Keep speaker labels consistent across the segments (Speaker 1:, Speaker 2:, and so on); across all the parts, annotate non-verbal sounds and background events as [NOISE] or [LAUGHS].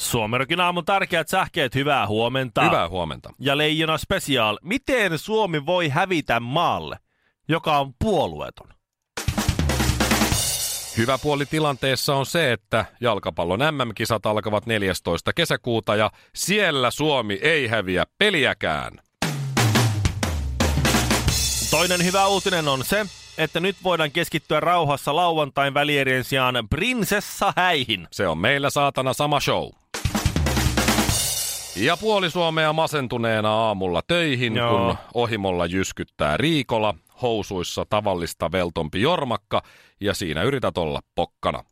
Speaker 1: Suomerokin aamun tärkeät sähkeet, hyvää huomenta.
Speaker 2: Hyvää huomenta.
Speaker 1: Ja Leijona Special, miten Suomi voi hävitä maalle, joka on puolueeton?
Speaker 2: Hyvä puoli tilanteessa on se, että jalkapallon MM-kisat alkavat 14. kesäkuuta ja siellä Suomi ei häviä peliäkään.
Speaker 1: Toinen hyvä uutinen on se, että nyt voidaan keskittyä rauhassa lauantain välierien sijaan prinsessa häihin.
Speaker 2: Se on meillä saatana sama show. Ja puoli Suomea masentuneena aamulla töihin,
Speaker 1: Joo.
Speaker 2: kun ohimolla jyskyttää Riikola, housuissa tavallista veltompi jormakka ja siinä yrität olla pokkana.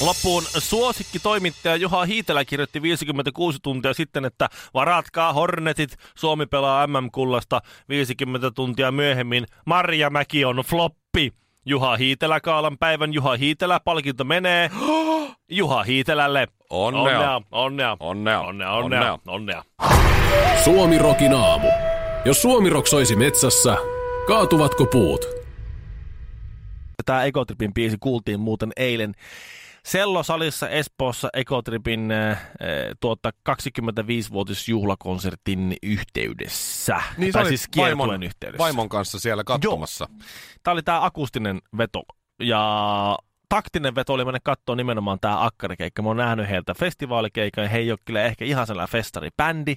Speaker 1: Loppuun suosikki toimittaja Juha Hiitelä kirjoitti 56 tuntia sitten, että varatkaa Hornetit, Suomi pelaa MM-kullasta 50 tuntia myöhemmin. Marja Mäki on floppi. Juha Hiitelä kaalan päivän Juha Hiitelä palkinto menee [GASPS] Juha Hiitelälle.
Speaker 2: Onnea.
Speaker 1: Onnea.
Speaker 2: Onnea.
Speaker 1: Onnea. Onnea.
Speaker 2: Onnea.
Speaker 1: Onnea.
Speaker 3: Suomi Rokin aamu. Jos Suomi Rock soisi metsässä, kaatuvatko puut?
Speaker 1: Tämä Ekotripin biisi kuultiin muuten eilen Sellosalissa Espoossa Ekotripin äh, tuota 25-vuotisjuhlakonsertin yhteydessä. tai siis kiertueen
Speaker 2: Niin vaimon,
Speaker 1: yhteydessä.
Speaker 2: vaimon kanssa siellä katsomassa.
Speaker 1: Tämä oli tämä akustinen veto. Ja taktinen veto oli mennä katsoa nimenomaan tämä akkarikeikka. Mä oon nähnyt heiltä festivaalikeikan. He ei ole kyllä ehkä ihan sellainen festaribändi.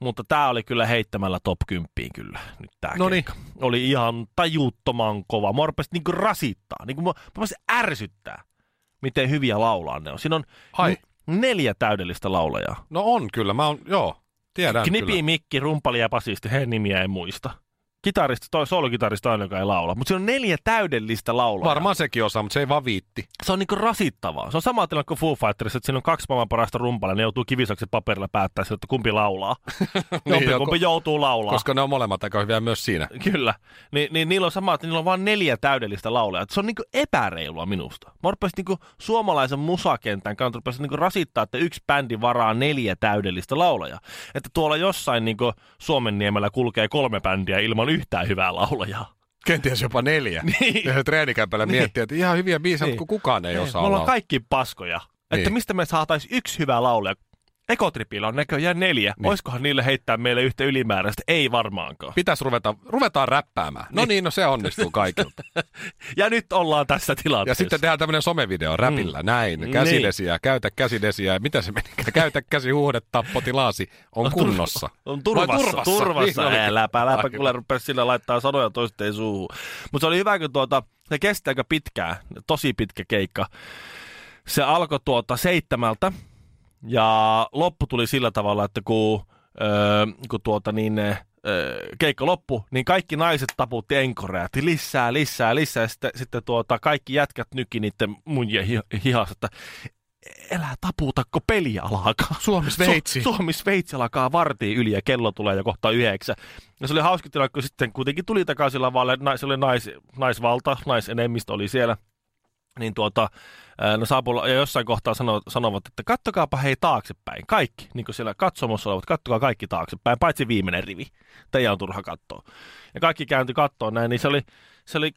Speaker 1: Mutta tämä oli kyllä heittämällä top 10 kyllä nyt tää
Speaker 2: Noniin.
Speaker 1: keikka. Oli ihan tajuttoman kova. Mua rupesi niinku rasittaa. Niinku mua, mua rupesi ärsyttää, miten hyviä laulaa ne on. Siinä on
Speaker 2: Ai.
Speaker 1: n- neljä täydellistä laulajaa.
Speaker 2: No on kyllä, mä oon, joo, tiedän
Speaker 1: Knipi,
Speaker 2: kyllä.
Speaker 1: Mikki, rumpali ja basisti, he nimiä ei muista. Kitaristi, toi soolokitaristi aina, joka ei laula. Mutta siinä on neljä täydellistä laulajaa.
Speaker 2: Varmaan sekin osaa, mutta se ei vaan viitti.
Speaker 1: Se on niinku rasittavaa. Se on sama tilanne kuin Foo Fighters, että siinä on kaksi maailman parasta rumpalia, ne joutuu kivisaksi paperilla päättää sen, että kumpi laulaa.
Speaker 2: [LAUGHS]
Speaker 1: Jompi,
Speaker 2: joo,
Speaker 1: kumpi
Speaker 2: ko-
Speaker 1: joutuu laulaa.
Speaker 2: Niin, Koska ne on molemmat aika hyviä myös siinä.
Speaker 1: Kyllä. Ni, niin niillä on sama, että niillä on vain neljä täydellistä laulajaa. Se on niinku epäreilua minusta. Mä rupesin niinku suomalaisen musakentän kannalta rupesin niinku rasittaa, että yksi bändi varaa neljä täydellistä laulajaa. Että tuolla jossain niinku Suomenniemellä kulkee kolme bändiä ilman yhtään hyvää laulajaa.
Speaker 2: Kenties jopa [LAUGHS] neljä.
Speaker 1: Niin.
Speaker 2: Ja treenikämpällä
Speaker 1: Niin.
Speaker 2: miettii, että ihan hyviä biisejä,
Speaker 1: Niin.
Speaker 2: mutta kun kukaan ei osaa
Speaker 1: Me ollaan
Speaker 2: laulaa.
Speaker 1: kaikki paskoja. Niin. Että
Speaker 2: Niin.
Speaker 1: mistä me saatais yksi hyvä laulaja? Ekotripillä on näköjään neljä. Niin.
Speaker 2: Niin.
Speaker 1: Oiskohan niille heittää meille yhtä ylimääräistä? Ei varmaankaan.
Speaker 2: Pitäisi ruveta, ruvetaan räppäämään. No niin, no se onnistuu [LAUGHS] kaikilta.
Speaker 1: Ja nyt ollaan tässä
Speaker 2: Ja
Speaker 1: tilanteessa.
Speaker 2: sitten tehdään tämmöinen somevideo räpillä, näin, käsidesiä, käytä käsidesiä, mitä se meni, [LAUGHS] käytä käsihuhdetta, potilaasi on kunnossa.
Speaker 1: On
Speaker 2: Vai
Speaker 1: turvassa,
Speaker 2: turvassa.
Speaker 1: turvassa.
Speaker 2: Niin
Speaker 1: Niin,
Speaker 2: olikin.
Speaker 1: Ei, läpä, läpä,
Speaker 2: Ai,
Speaker 1: kuule rupea sillä laittaa sanoja toisteen suuhun. Mutta se oli hyvä, kun tuota, se kesti aika pitkään, tosi pitkä keikka. Se alkoi tuota seitsemältä ja loppu tuli sillä tavalla, että kun, öö, kun tuota niin, öö, keikka loppu, niin kaikki naiset taputti enkorea, että lisää, lisää, lisää. Ja Sitten, sitten tuota, kaikki jätkät nyki niiden munjien hi- hihasta, että älä taputakko peli alkaa.
Speaker 2: Suomi, Sveitsi.
Speaker 1: Su- Suomi Sveitsi alkaa vartiin yli ja kello tulee jo kohta yhdeksän. Ja se oli hauska tilanne, kun sitten kuitenkin tuli takaisin lavalle, nais, se oli nais, naisvalta, naisenemmistö oli siellä. Niin tuota, ää, no saapulla, ja jossain kohtaa sano, sanovat, että kattokaapa hei taaksepäin, kaikki, niin kuin siellä katsomossa olevat, kattokaa kaikki taaksepäin, paitsi viimeinen rivi, teidän on turha katsoa. Ja kaikki kääntyi kattoon näin, niin se oli, se oli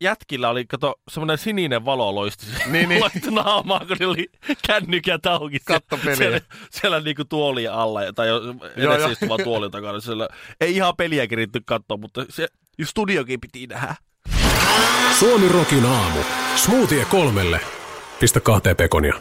Speaker 1: jätkillä oli, kato, semmoinen sininen valo loisti, niin, [LAUGHS] niin. loisti naamaa, kun niillä oli kännykät auki.
Speaker 2: Katto peliä.
Speaker 1: Siellä, siellä niinku tuoli alla, ja- tai jo- edessä
Speaker 2: joo.
Speaker 1: istuvan tuolin takana. Siellä, ei ihan peliä keritty katsoa, mutta se studiokin piti nähdä.
Speaker 3: Suomi Rokin aamu. Smoothie kolmelle. Pistä kahteen pekonia.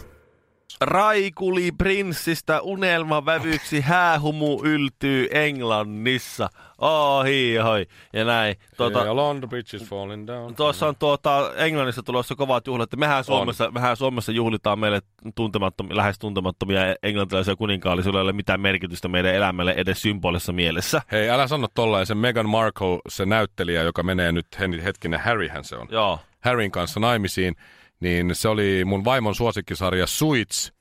Speaker 1: Raikuli prinssistä unelmavävyksi häähumu yltyy Englannissa. Oh, hoi. Ja näin. Tuota,
Speaker 2: Ja London Bridge is falling down.
Speaker 1: Tuossa on tuota, Englannissa tulossa kovat juhlat. ja Mehän Suomessa, mehän Suomessa juhlitaan meille tuntemattomia, lähes tuntemattomia englantilaisia kuninkaallisuudelle, ei ole mitään merkitystä meidän elämälle edes symbolisessa mielessä.
Speaker 2: Hei, älä sano tollain, se Meghan Markle, se näyttelijä, joka menee nyt, hen- hetkinen, Harryhän se on.
Speaker 1: Joo.
Speaker 2: Harryn kanssa naimisiin, niin se oli mun vaimon suosikkisarja Suits,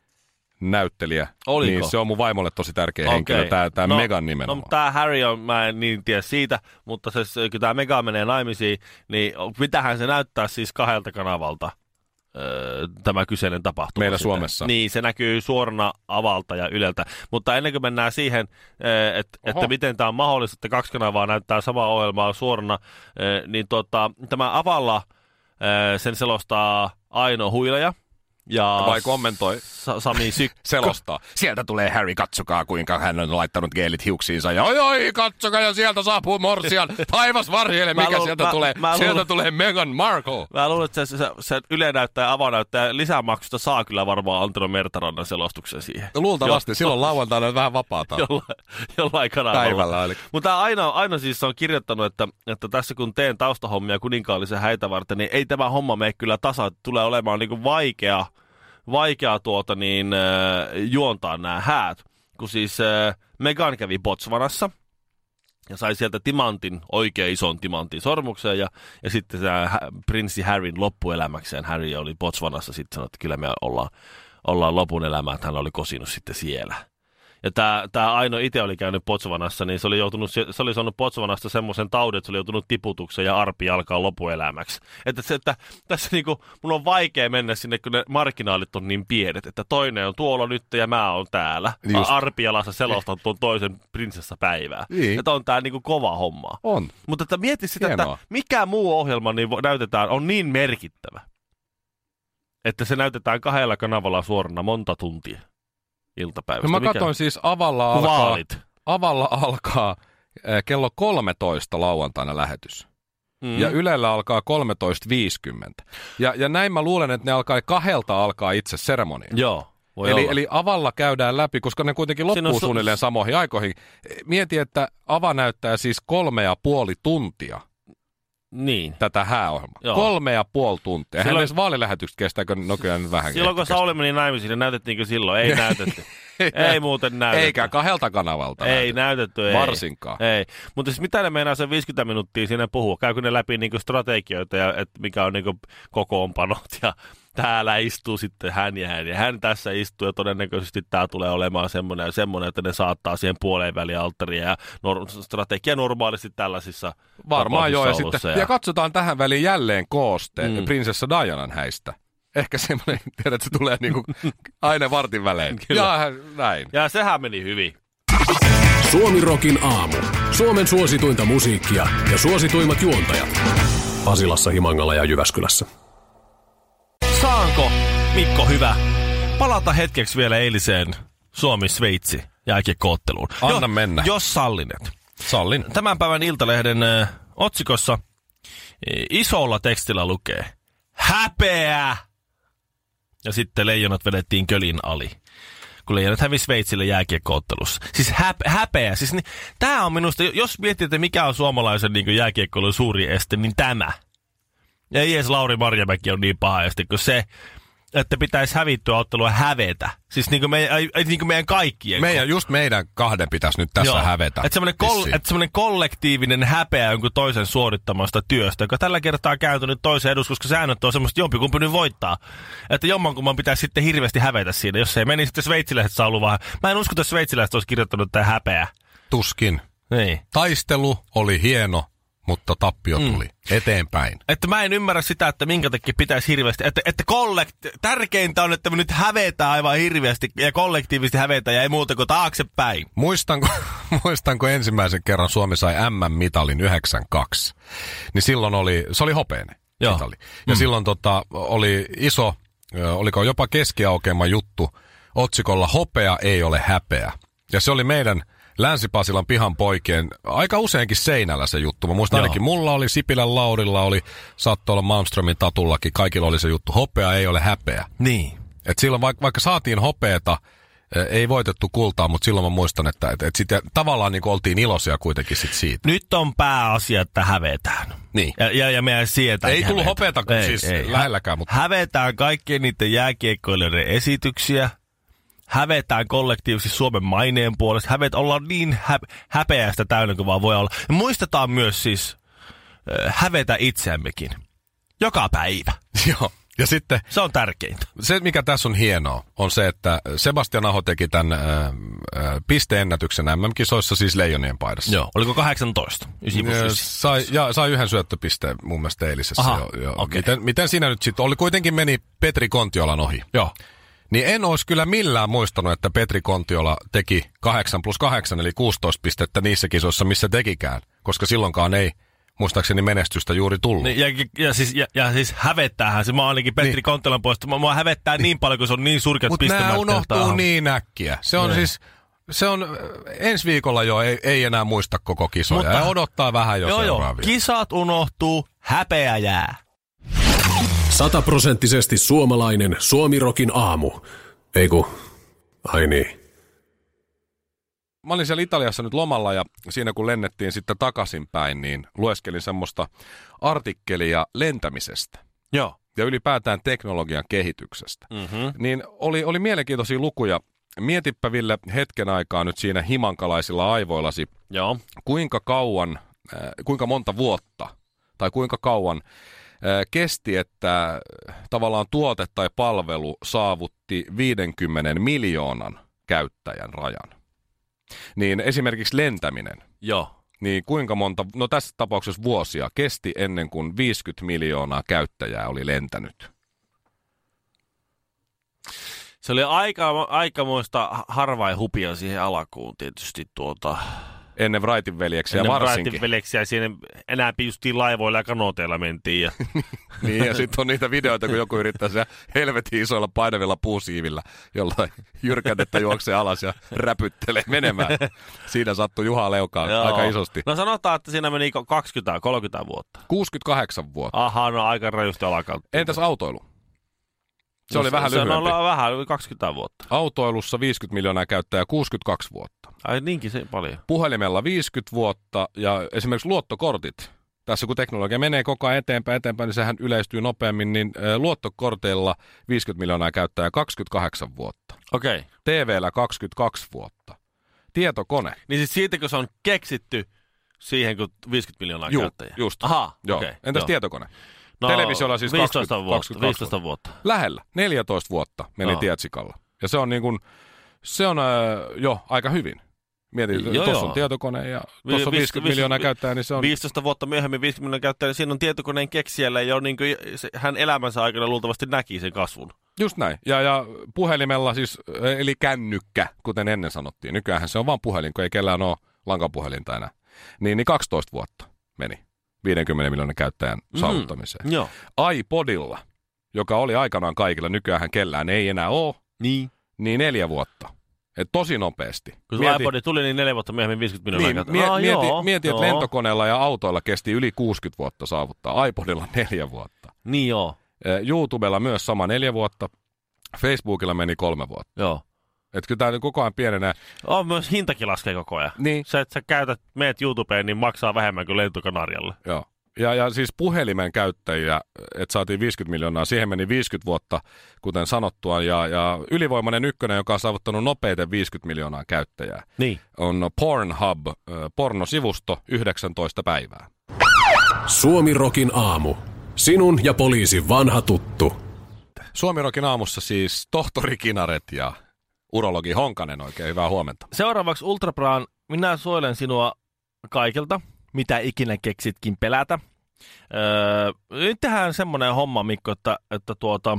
Speaker 2: näyttelijä.
Speaker 1: Oliko?
Speaker 2: Niin se on mun vaimolle tosi tärkeä okay. henkilö, tämä, tämä no, Megan nimenomaan.
Speaker 1: No, tämä Harry on, mä en niin tiedä siitä, mutta se, se- kun tämä Megan menee naimisiin, niin mitähän se näyttää siis kahdelta kanavalta öö, tämä kyseinen tapahtuma.
Speaker 2: Meillä
Speaker 1: sitten.
Speaker 2: Suomessa.
Speaker 1: Niin, se näkyy suorana avalta ja yleltä. Mutta ennen kuin mennään siihen, öö, et, että miten tämä on mahdollista, että kaksi kanavaa näyttää samaa ohjelmaa suorana, öö, niin tota, tämä avalla öö, sen selostaa Aino Huilaja. Ja
Speaker 2: Vai kommentoi?
Speaker 1: Sa- Sami Syk-
Speaker 2: selostaa. Sieltä tulee Harry, katsokaa kuinka hän on laittanut geelit hiuksiinsa. Ja oi oi, katsokaa ja sieltä saapuu
Speaker 1: [LAUGHS]
Speaker 2: morsian. Taivas varjele,
Speaker 1: Mä
Speaker 2: mikä
Speaker 1: luul-
Speaker 2: sieltä
Speaker 1: mä-
Speaker 2: tulee.
Speaker 1: mä luul-
Speaker 2: sieltä tulee Meghan Markle.
Speaker 1: Mä luulen, että se, se, se Yle näyttää ja Ava näyttää lisämaksusta saa kyllä varmaan Antero Mertarannan selostuksen siihen. [LAUGHS]
Speaker 2: Luultavasti, silloin lauantaina on vähän vapaata.
Speaker 1: Jollain, jollain kanavalla.
Speaker 2: Päivällä eli.
Speaker 1: Mutta aina, aina siis on kirjoittanut, että, että tässä kun teen taustahommia kuninkaallisen häitä varten, niin ei tämä homma mene kyllä tasa. Tulee olemaan niin kuin vaikea, vaikea tuota niin, äh, juontaa nämä häät. Kun siis äh, Megan kävi Botswanassa ja sai sieltä timantin, oikein ison timantin sormukseen ja, ja sitten se hä- prinssi Harryn loppuelämäkseen. Harry oli Botswanassa sitten sanoi, että kyllä me ollaan, ollaan lopun elämää, että hän oli kosinut sitten siellä. Ja tämä, tämä Aino itse oli käynyt Potsvanassa, niin se oli, joutunut, se se oli saanut Potsvanasta semmoisen taudin, että se oli joutunut tiputukseen ja arpi alkaa lopuelämäksi. Että, se, että tässä niinku, mun on vaikea mennä sinne, kun ne markkinaalit on niin pienet, että toinen on tuolla nyt ja mä oon täällä.
Speaker 2: Just.
Speaker 1: Just. Arpialassa selostan tuon toisen prinsessapäivää.
Speaker 2: Niin.
Speaker 1: Että on tää niinku kova homma.
Speaker 2: On. No,
Speaker 1: Mutta että mieti sitä,
Speaker 2: Hienoa.
Speaker 1: että mikä muu ohjelma niin vo- näytetään on niin merkittävä, että se näytetään kahdella kanavalla suorana monta tuntia iltapäivästä.
Speaker 2: No mä
Speaker 1: Mikä-
Speaker 2: katsoin siis avalla
Speaker 1: Kun
Speaker 2: alkaa,
Speaker 1: vaalit.
Speaker 2: avalla alkaa eh, kello 13 lauantaina lähetys.
Speaker 1: Mm.
Speaker 2: Mm. Ja Ylellä alkaa 13.50. Ja, ja näin mä luulen, että ne alkaa kahdelta alkaa itse seremonia.
Speaker 1: Joo, voi
Speaker 2: Eli,
Speaker 1: olla.
Speaker 2: eli avalla käydään läpi, koska ne kuitenkin
Speaker 1: Siinä on
Speaker 2: loppuu
Speaker 1: su-
Speaker 2: suunnilleen samoihin aikoihin. Mieti, että ava näyttää siis kolme ja puoli tuntia
Speaker 1: niin.
Speaker 2: tätä hääohjelmaa.
Speaker 1: Joo.
Speaker 2: Kolme ja puoli tuntia. Silloin...
Speaker 1: Silloin-
Speaker 2: Hän vaalilähetykset kestääkö nykyään nyt vähän.
Speaker 1: Silloin kun
Speaker 2: ehkä
Speaker 1: Sauli meni naimisiin, niin näytettiinkö silloin?
Speaker 2: [LAUGHS]
Speaker 1: Ei näytetty.
Speaker 2: kestää.
Speaker 1: ei muuten näytetty.
Speaker 2: Eikä kahdelta kanavalta.
Speaker 1: Ei näytetty, ei.
Speaker 2: Varsinkaan.
Speaker 1: Ei. Mutta siis mitä ne meinaa sen 50 minuuttia siinä puhua? Käykö ne läpi niinku strategioita ja et mikä on niinku kokoonpanot ja [LAUGHS] täällä istuu sitten hän ja hän ja hän tässä istuu ja todennäköisesti tämä tulee olemaan semmoinen ja semmoinen, että ne saattaa siihen puoleen väliin alttaria ja nor- strategia normaalisti tällaisissa
Speaker 2: Varmaan joo. Ja,
Speaker 1: tapauksissa
Speaker 2: sitten,
Speaker 1: ollut se
Speaker 2: ja... ja katsotaan tähän väliin jälleen kooste mm.
Speaker 1: Mm.
Speaker 2: prinsessa Dianan häistä. Ehkä semmoinen, [LAUGHS] tiedät, se tulee niinku aina vartin välein.
Speaker 1: Kyllä.
Speaker 2: Ja näin.
Speaker 1: ja sehän meni hyvin.
Speaker 3: Suomirokin aamu. Suomen suosituinta musiikkia ja suosituimmat juontajat. Pasilassa, Himangalla ja Jyväskylässä.
Speaker 1: Saanko, Mikko hyvä, palata hetkeksi vielä eiliseen Suomi-Sveitsi jääkiekkootteluun?
Speaker 2: Anna
Speaker 1: Jo-
Speaker 2: mennä.
Speaker 1: Jos sallinet.
Speaker 2: Sallin.
Speaker 1: Tämän päivän Iltalehden ö, otsikossa ö, isolla tekstillä lukee Häpeä! Ja sitten leijonat vedettiin kölin ali. Kun leijonat hävisi Sveitsille jääkiekkoottelussa. Siis häp, häpeä. Siis niin, tämä on minusta, jos miettii, että mikä on suomalaisen niin jääkiekkoilun suuri este, niin tämä. Ja ei edes Lauri Marjamäki on niin paha este kuin se, että pitäisi hävittyä ottelua hävetä. Siis niin kuin meidän, ai- ai- niin kuin meidän kaikkien.
Speaker 2: Meidän, just meidän kahden pitäisi nyt tässä hävetä.
Speaker 1: Että semmoinen, kol-
Speaker 2: Vissiin.
Speaker 1: et semmoinen kollektiivinen häpeä jonkun toisen suorittamasta työstä, joka tällä kertaa on kääntynyt toisen edus, koska säännöt on semmoista jompikumpi nyt voittaa. Että jommankumman pitäisi sitten hirveästi hävetä siinä, jos ei meni sitten sveitsiläiset saa ollut vähän. Mä en usko, että sveitsiläiset olisi kirjoittanut tämä häpeä.
Speaker 2: Tuskin.
Speaker 1: Niin.
Speaker 2: Taistelu oli hieno, mutta tappio tuli. Mm. Eteenpäin.
Speaker 1: Että mä en ymmärrä sitä, että minkä takia pitäisi hirveästi, että, että kollekti- tärkeintä on, että me nyt hävetään aivan hirveästi ja kollektiivisesti hävetään ja ei muuta kuin taaksepäin.
Speaker 2: Muistanko, [LAUGHS] muistanko ensimmäisen kerran Suomi sai M-mitalin 92? Niin silloin oli, se oli hopeinen
Speaker 1: Joo.
Speaker 2: mitali. Ja mm. silloin tota, oli iso, ö, oliko jopa keskiaukeama juttu otsikolla Hopea ei ole häpeä. Ja se oli meidän Länsi-Pasilan pihan poikien aika useinkin seinällä se juttu. Mä muistan
Speaker 1: Joo.
Speaker 2: ainakin mulla oli, Sipilän Laurilla oli, saattoi olla Malmströmin Tatullakin, kaikilla oli se juttu. Hopea ei ole häpeä.
Speaker 1: Niin.
Speaker 2: Et silloin vaikka, vaikka saatiin hopeeta, eh, ei voitettu kultaa, mutta silloin mä muistan, että et, et sitä, tavallaan niin oltiin iloisia kuitenkin sit siitä.
Speaker 1: Nyt on pääasia, että hävetään.
Speaker 2: Niin.
Speaker 1: Ja, ja, ja meidän sietää.
Speaker 2: Ei tullut hopeata siis lähelläkään, mutta-
Speaker 1: Hävetään kaikkien niiden jääkiekkoilijoiden esityksiä. Hävetään kollektiivisesti Suomen maineen puolesta. Hävet, ollaan niin hä, häpeästä täynnä kuin vaan voi olla. Ja muistetaan myös siis ö, hävetä itseämmekin. Joka päivä.
Speaker 2: [LAUGHS] Joo. Ja sitten
Speaker 1: Se on tärkeintä.
Speaker 2: se, mikä tässä on hienoa, on se, että Sebastian Aho teki tämän äh, äh, pisteennätyksen MM-kisoissa, siis leijonien paidassa.
Speaker 1: Joo. Oliko 18? 9
Speaker 2: Ja
Speaker 1: plus 9.
Speaker 2: Sai, ja, sai yhden syöttöpisteen mun mielestä eilisessä.
Speaker 1: Aha,
Speaker 2: jo, jo.
Speaker 1: okei.
Speaker 2: Miten, miten siinä nyt sitten oli? Kuitenkin meni Petri Kontiolan ohi.
Speaker 1: Joo.
Speaker 2: Niin en olisi kyllä millään muistanut, että Petri Kontiola teki 8 plus 8, eli 16 pistettä niissä kisoissa, missä tekikään. Koska silloinkaan ei muistaakseni menestystä juuri tullut.
Speaker 1: Niin, ja, ja, siis, ja, ja, siis hävettäähän se. Mä ainakin Petri niin. Kontelan puolesta. Mä, mua hävettää niin, paljon, kun se on niin surkeat
Speaker 2: Mutta nämä
Speaker 1: pistemäärät.
Speaker 2: unohtuu
Speaker 1: tehtävä.
Speaker 2: niin äkkiä. Se on siis, se on, äh, ensi viikolla jo ei, ei enää muista koko kisoja.
Speaker 1: Mutta-
Speaker 2: Mutta, ja odottaa vähän jo
Speaker 1: Joo, joo.
Speaker 2: seuraavia.
Speaker 1: Kisat unohtuu, häpeä jää.
Speaker 3: Sataprosenttisesti suomalainen Suomirokin aamu. Ei ku, ai niin.
Speaker 2: mä olin siellä Italiassa nyt lomalla ja siinä kun lennettiin sitten takaisinpäin, niin lueskelin semmoista artikkelia lentämisestä
Speaker 1: Joo.
Speaker 2: ja ylipäätään teknologian kehityksestä.
Speaker 1: Mm-hmm.
Speaker 2: Niin oli, oli mielenkiintoisia lukuja. Mietipä Ville hetken aikaa nyt siinä himankalaisilla aivoillasi,
Speaker 1: Joo.
Speaker 2: kuinka kauan, äh, kuinka monta vuotta tai kuinka kauan äh, kesti, että äh, tavallaan tuote tai palvelu saavutti 50 miljoonan käyttäjän rajan. Niin esimerkiksi lentäminen,
Speaker 1: Joo.
Speaker 2: niin kuinka monta, no tässä tapauksessa vuosia kesti ennen kuin 50 miljoonaa käyttäjää oli lentänyt.
Speaker 1: Se oli aika, aikamoista harvain hupia siihen alkuun tietysti tuota.
Speaker 2: Ennen Wrightin veljeksiä
Speaker 1: Ennen
Speaker 2: varsinkin.
Speaker 1: raittiveleksiä siinä enää justiin laivoilla ja kanooteilla mentiin. Ja
Speaker 2: Niin, ja sitten on niitä videoita, kun joku yrittää siellä helvetin isoilla painavilla puusiivillä, jolla jyrkätettä juoksee alas ja räpyttelee menemään. Siinä sattui Juha Leukaan
Speaker 1: Joo.
Speaker 2: [LAUGHS] aika isosti.
Speaker 1: No sanotaan, että siinä meni 20-30 vuotta.
Speaker 2: 68 vuotta.
Speaker 1: Ahaa, no aika rajusti alakautta.
Speaker 2: Entäs autoilu? Se
Speaker 1: No
Speaker 2: oli vähän
Speaker 1: se,
Speaker 2: lyhyempi.
Speaker 1: Se on vähän, yli 20 vuotta.
Speaker 2: Autoilussa 50 miljoonaa käyttäjää 62 vuotta.
Speaker 1: Ai niinkin se paljon.
Speaker 2: Puhelimella 50 vuotta ja esimerkiksi luottokortit. Tässä kun teknologia menee koko ajan eteenpäin, eteenpäin, niin sehän yleistyy nopeammin, niin ö, luottokorteilla 50 miljoonaa käyttäjää 28 vuotta.
Speaker 1: Okei. Okay.
Speaker 2: TVllä 22 vuotta. Tietokone.
Speaker 1: Niin siis siitä, kun se on keksitty siihen, kun 50 miljoonaa
Speaker 2: Juu,
Speaker 1: käyttäjää.
Speaker 2: just.
Speaker 1: Aha,
Speaker 2: Joo.
Speaker 1: okei.
Speaker 2: Entäs
Speaker 1: joo.
Speaker 2: tietokone? televisiolla siis
Speaker 1: 15
Speaker 2: 20,
Speaker 1: vuotta.
Speaker 2: 22
Speaker 1: 15 vuotta.
Speaker 2: Lähellä. 14 vuotta meni
Speaker 1: Joo.
Speaker 2: tietsikalla. Ja se on niin kuin, se on äh, jo aika hyvin. Mietin,
Speaker 1: Joo,
Speaker 2: tuossa
Speaker 1: joo.
Speaker 2: on tietokone ja
Speaker 1: Vi-
Speaker 2: tuossa on 50
Speaker 1: viis-
Speaker 2: miljoonaa
Speaker 1: vi-
Speaker 2: käyttäjää, niin se on...
Speaker 1: 15 vuotta myöhemmin 50 miljoonaa käyttäjää, niin siinä on tietokoneen keksijällä jo niin kuin, se, hän elämänsä aikana luultavasti näki sen kasvun.
Speaker 2: Just näin. Ja, ja puhelimella siis, äh, eli kännykkä, kuten ennen sanottiin. Nykyään se on vain puhelin, kun ei kellään ole lankapuhelinta enää. Niin, niin 12 vuotta meni 50 miljoonan käyttäjän
Speaker 1: Mm.
Speaker 2: Mm. saavuttamiseen.
Speaker 1: Joo.
Speaker 2: iPodilla, joka oli aikanaan kaikilla, nykyään kellään ei enää ole,
Speaker 1: Niin.
Speaker 2: niin neljä vuotta. Et tosi nopeasti.
Speaker 1: Kun mieti, iPod tuli, niin neljä vuotta myöhemmin 50 miljoonaa
Speaker 2: niin,
Speaker 1: käyttäjää.
Speaker 2: mie-
Speaker 1: Aa,
Speaker 2: mieti,
Speaker 1: Ah, joo,
Speaker 2: mieti että
Speaker 1: joo.
Speaker 2: lentokoneella ja autoilla kesti yli 60 vuotta saavuttaa, iPodilla [LAUGHS] neljä vuotta.
Speaker 1: Niin joo,
Speaker 2: Eh, YouTubella myös sama neljä vuotta, Facebookilla meni kolme vuotta.
Speaker 1: joo.
Speaker 2: Et kyllä tämä koko ajan pienenee.
Speaker 1: On myös hintakin laskee koko ajan.
Speaker 2: Niin.
Speaker 1: Sä, että sä käytät, meet YouTubeen, niin maksaa vähemmän kuin lentokanarjalle.
Speaker 2: Joo. Ja, ja siis puhelimen käyttäjiä, että saatiin 50 miljoonaa, siihen meni 50 vuotta, kuten sanottua, ja, ja ylivoimainen ykkönen, joka on saavuttanut nopeiten 50 miljoonaa käyttäjää.
Speaker 1: Niin.
Speaker 2: on Pornhub, ö, pornosivusto, 19 päivää.
Speaker 3: Suomirokin aamu. Sinun ja poliisin vanha tuttu.
Speaker 2: Suomirokin aamussa siis tohtori Kinaret ja urologi Honkanen, oikein hyvää huomenta.
Speaker 1: Seuraavaksi Ultrabraan, minä suojelen sinua kaikilta, mitä ikinä keksitkin pelätä. Öö, nyt tehdään semmoinen homma, Mikko, että, että tuota,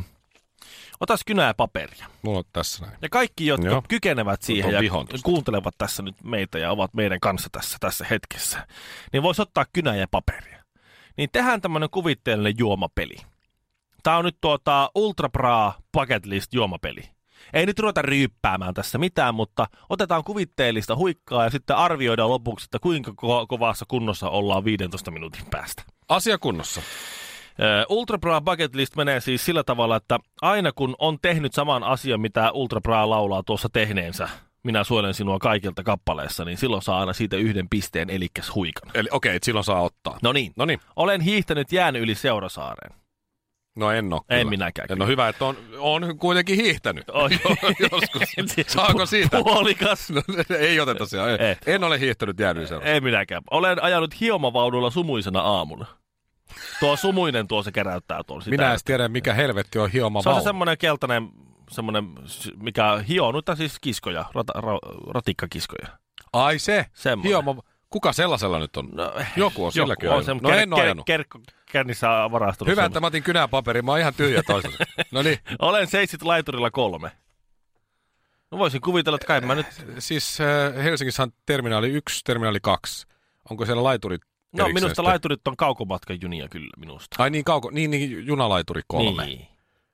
Speaker 1: otas kynää ja paperia.
Speaker 2: Mulla on tässä näin.
Speaker 1: Ja kaikki, jotka Joo.
Speaker 2: Joo.
Speaker 1: kykenevät siihen ja
Speaker 2: vihon tuosta.
Speaker 1: kuuntelevat tässä nyt meitä ja ovat meidän kanssa tässä, tässä hetkessä, niin voisi ottaa kynää ja paperia. Niin tehdään tämmöinen kuvitteellinen juomapeli. Tämä on nyt tuota Ultra Bra Bucket List juomapeli. Ei nyt ruveta ryyppäämään tässä mitään, mutta otetaan kuvitteellista huikkaa ja sitten arvioidaan lopuksi, että kuinka ko- kovassa kunnossa ollaan 15 minuutin päästä.
Speaker 2: Asiakunnossa.
Speaker 1: Ö, Äh, Ultra Bra Bucket List menee siis sillä tavalla, että aina kun on tehnyt saman asian, mitä Ultra Bra laulaa tuossa tehneensä, minä suojelen sinua kaikilta kappaleessa, niin silloin saa aina siitä yhden pisteen, elikäs huikan.
Speaker 2: Eli okei, okay, silloin saa ottaa.
Speaker 1: No niin.
Speaker 2: No niin,
Speaker 1: Olen hiihtänyt jään yli Seurasaareen.
Speaker 2: [LAUGHS] no en oo
Speaker 1: En
Speaker 2: kyllä.
Speaker 1: minäkään
Speaker 2: No hyvä, että on, on kuitenkin hiihtänyt. [LAUGHS]
Speaker 1: Oi. [LAUGHS] Siis
Speaker 2: Joskus. Saako siitä?
Speaker 1: Puolikas.
Speaker 2: [LAUGHS] No, ei
Speaker 1: Eh,
Speaker 2: oteta sitä. Ei.
Speaker 1: Ei. Eh,
Speaker 2: En ole hiihtänyt jäädyin
Speaker 1: En minäkään. Olen ajanut hiomavaunulla sumuisena aamuna. Tuo sumuinen tuo se keräyttää tuon. Sitä
Speaker 2: Minä en tiedä, mikä helvetti on hioma
Speaker 1: Se on se
Speaker 2: vauva.
Speaker 1: semmoinen keltainen, semmoinen, s- mikä hioo noita siis kiskoja, rata, ra, ratikkakiskoja.
Speaker 2: Ai se,
Speaker 1: Semmoinen.
Speaker 2: hioma... Kuka sellaisella nyt on?
Speaker 1: No,
Speaker 2: Joku on sillä kyllä.
Speaker 1: on semmo-
Speaker 2: No en
Speaker 1: ker-
Speaker 2: ole
Speaker 1: ker-
Speaker 2: ajanut.
Speaker 1: Kerkkokännissä on varastanut
Speaker 2: Hyvä, että
Speaker 1: semmoista.
Speaker 2: mä otin kynää paperiin. Mä oon ihan tyhjä toisella. no niin,
Speaker 1: Olen seissyt laiturilla kolme. No voisin kuvitella, että kai mä nyt... No,
Speaker 2: siis äh, Helsingissä on terminaali 1, terminaali 2. Onko siellä laiturit?
Speaker 1: No
Speaker 2: erikseen
Speaker 1: minusta
Speaker 2: sitten?
Speaker 1: laiturit on kaukomatkan junia kyllä minusta.
Speaker 2: Ai niin kauko, niin, niin junalaituri kolme. Niin.
Speaker 1: Niin.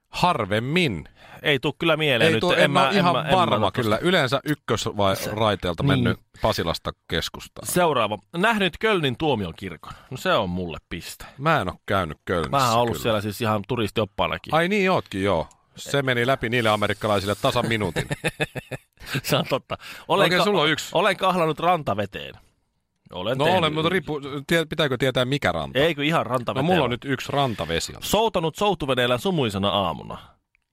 Speaker 2: Harvemmin.
Speaker 1: Ei tuu kyllä mieleen
Speaker 2: Ei
Speaker 1: nyt.
Speaker 2: tuo, en, mä ole ihan
Speaker 1: en
Speaker 2: varma
Speaker 1: mä-
Speaker 2: kyllä. Yleensä ykkösraiteelta
Speaker 1: Niin.
Speaker 2: mennyt Pasilasta keskustaan.
Speaker 1: Seuraava. Nähnyt Kölnin tuomiokirkon. No se on mulle piste.
Speaker 2: Mä en ole käynyt Kölnissä.
Speaker 1: Mä oon ollut
Speaker 2: kyllä.
Speaker 1: siellä siis ihan turistioppaanakin.
Speaker 2: Ai niin ootkin, joo. Se meni läpi niille amerikkalaisille tasan
Speaker 1: [LAUGHS]
Speaker 2: minuutin.
Speaker 1: [LAUGHS] Se on totta.
Speaker 2: Okei, sulla on yksi.
Speaker 1: Olen kahlanut rantaveteen. Olen
Speaker 2: No
Speaker 1: tehnyt-
Speaker 2: olen, mutta riippu, tie, pitääkö tietää mikä ranta?
Speaker 1: Ei kun ihan rantaveteen.
Speaker 2: no mulla on nyt yksi rantavesi.
Speaker 1: Soutanut soutuveneellä sumuisena aamuna.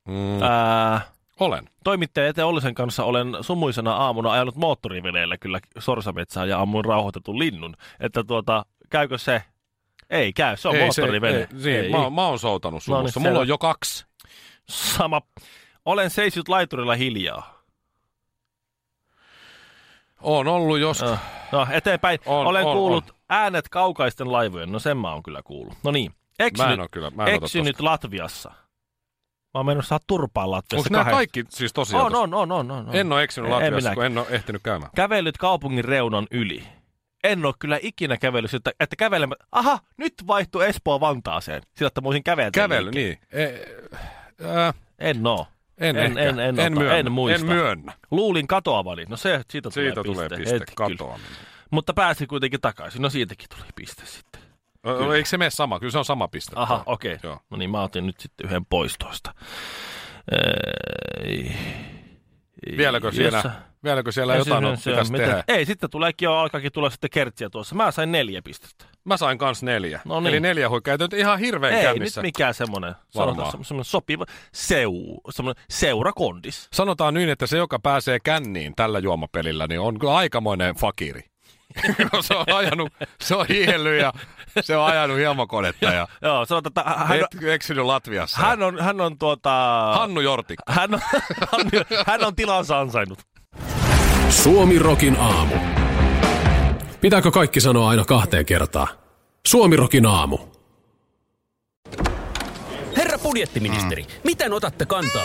Speaker 2: Mm,
Speaker 1: Mm. Ää,
Speaker 2: olen.
Speaker 1: toimittaja Ete Ollisen kanssa olen sumuisena aamuna ajanut moottoriveneellä kyllä sorsametsää ja ammuin rauhoitetun linnun. Että tuota, käykö se? Ei käy, se on
Speaker 2: ei, se, ei,
Speaker 1: moottorivene.
Speaker 2: niin, Mä, oon- mä oon soutanut
Speaker 1: No niin,
Speaker 2: sumussa.
Speaker 1: selvä.
Speaker 2: mulla on jo kaksi.
Speaker 1: Sama. Olen seissyt laiturilla hiljaa.
Speaker 2: On ollut joskus.
Speaker 1: Äh. No eteenpäin.
Speaker 2: On,
Speaker 1: olen
Speaker 2: on,
Speaker 1: kuullut äänet kaukaisten laivojen. No sen mä oon kyllä kuullut. No niin.
Speaker 2: mä
Speaker 1: Eksynyt,
Speaker 2: en oo kyllä. Mä en ota tosta.
Speaker 1: eksynyt Latviassa. Mä oon menossa turpaan Latviassa.
Speaker 2: Onko nämä
Speaker 1: kahden-
Speaker 2: kaikki siis tosiaan?
Speaker 1: On, on, on, on, on, on.
Speaker 2: En ole eksynyt
Speaker 1: En
Speaker 2: Latviassa,
Speaker 1: minäkään.
Speaker 2: kun en ole ehtinyt käymään.
Speaker 1: Kävellyt kaupungin reunan yli. En ole kyllä ikinä kävellyt, että, että kävelemme... Aha, nyt vaihtui Espoo Vantaaseen. Sillä, että mä voisin kävellä. tämän
Speaker 2: Kävely,
Speaker 1: liikkeen.
Speaker 2: niin. E, äh,
Speaker 1: En oo.
Speaker 2: en,
Speaker 1: En-
Speaker 2: ehkä.
Speaker 1: en- en ota,
Speaker 2: myönnä.
Speaker 1: en muista.
Speaker 2: En myönnä.
Speaker 1: Luulin katoavani. No se, siitä tulee
Speaker 2: Siitä tulee piste,
Speaker 1: Hetki, kyllä.
Speaker 2: katoaminen.
Speaker 1: Mutta pääsi kuitenkin takaisin. No siitäkin tuli piste sitten.
Speaker 2: Ö,
Speaker 1: Kyllä.
Speaker 2: Eikö se mene sama? Kyllä se on sama piste.
Speaker 1: Aha,
Speaker 2: Joo.
Speaker 1: okei. Okay.
Speaker 2: Joo.
Speaker 1: No niin, mä otin nyt sitten yhden pois tuosta. Ei,
Speaker 2: Vieläkö siellä, vieläkö siellä jotain on, pitäisi
Speaker 1: mitä-
Speaker 2: tehdä?
Speaker 1: Ei, sitten tuleekin jo, alkaakin tulla sitten kertsiä tuossa. Mä sain neljä pistettä.
Speaker 2: Mä sain kans neljä.
Speaker 1: No niin.
Speaker 2: Eli neljä huikkaa. Ei tää nyt ihan hirveän
Speaker 1: ei
Speaker 2: kännissä.
Speaker 1: nyt mikään semmoinen,
Speaker 2: Varmaan.
Speaker 1: sanotaan semmo- semmoinen sopiva seu, semmoinen seurakondis.
Speaker 2: Sanotaan niin, että se, joka pääsee känniin tällä juomapelillä, niin on kyllä aikamoinen fakiri. [LAUGHS] Kun se on ajanut, se on hiihellyt ja se on ajanut hiemokonetta ja
Speaker 1: Joo, sanotaan, että hän,
Speaker 2: et eksynyt Latviassa.
Speaker 1: hän on, hän on tuota...
Speaker 2: Hannu Jortik.
Speaker 1: Hän on, [LAUGHS] hän on, hän on tilansa ansainnut.
Speaker 3: Suomirokin aamu. Pitääkö kaikki sanoa aina kahteen kertaan? Suomirokin aamu.
Speaker 4: Herra budjettiministeri, mm. miten otatte kantaa?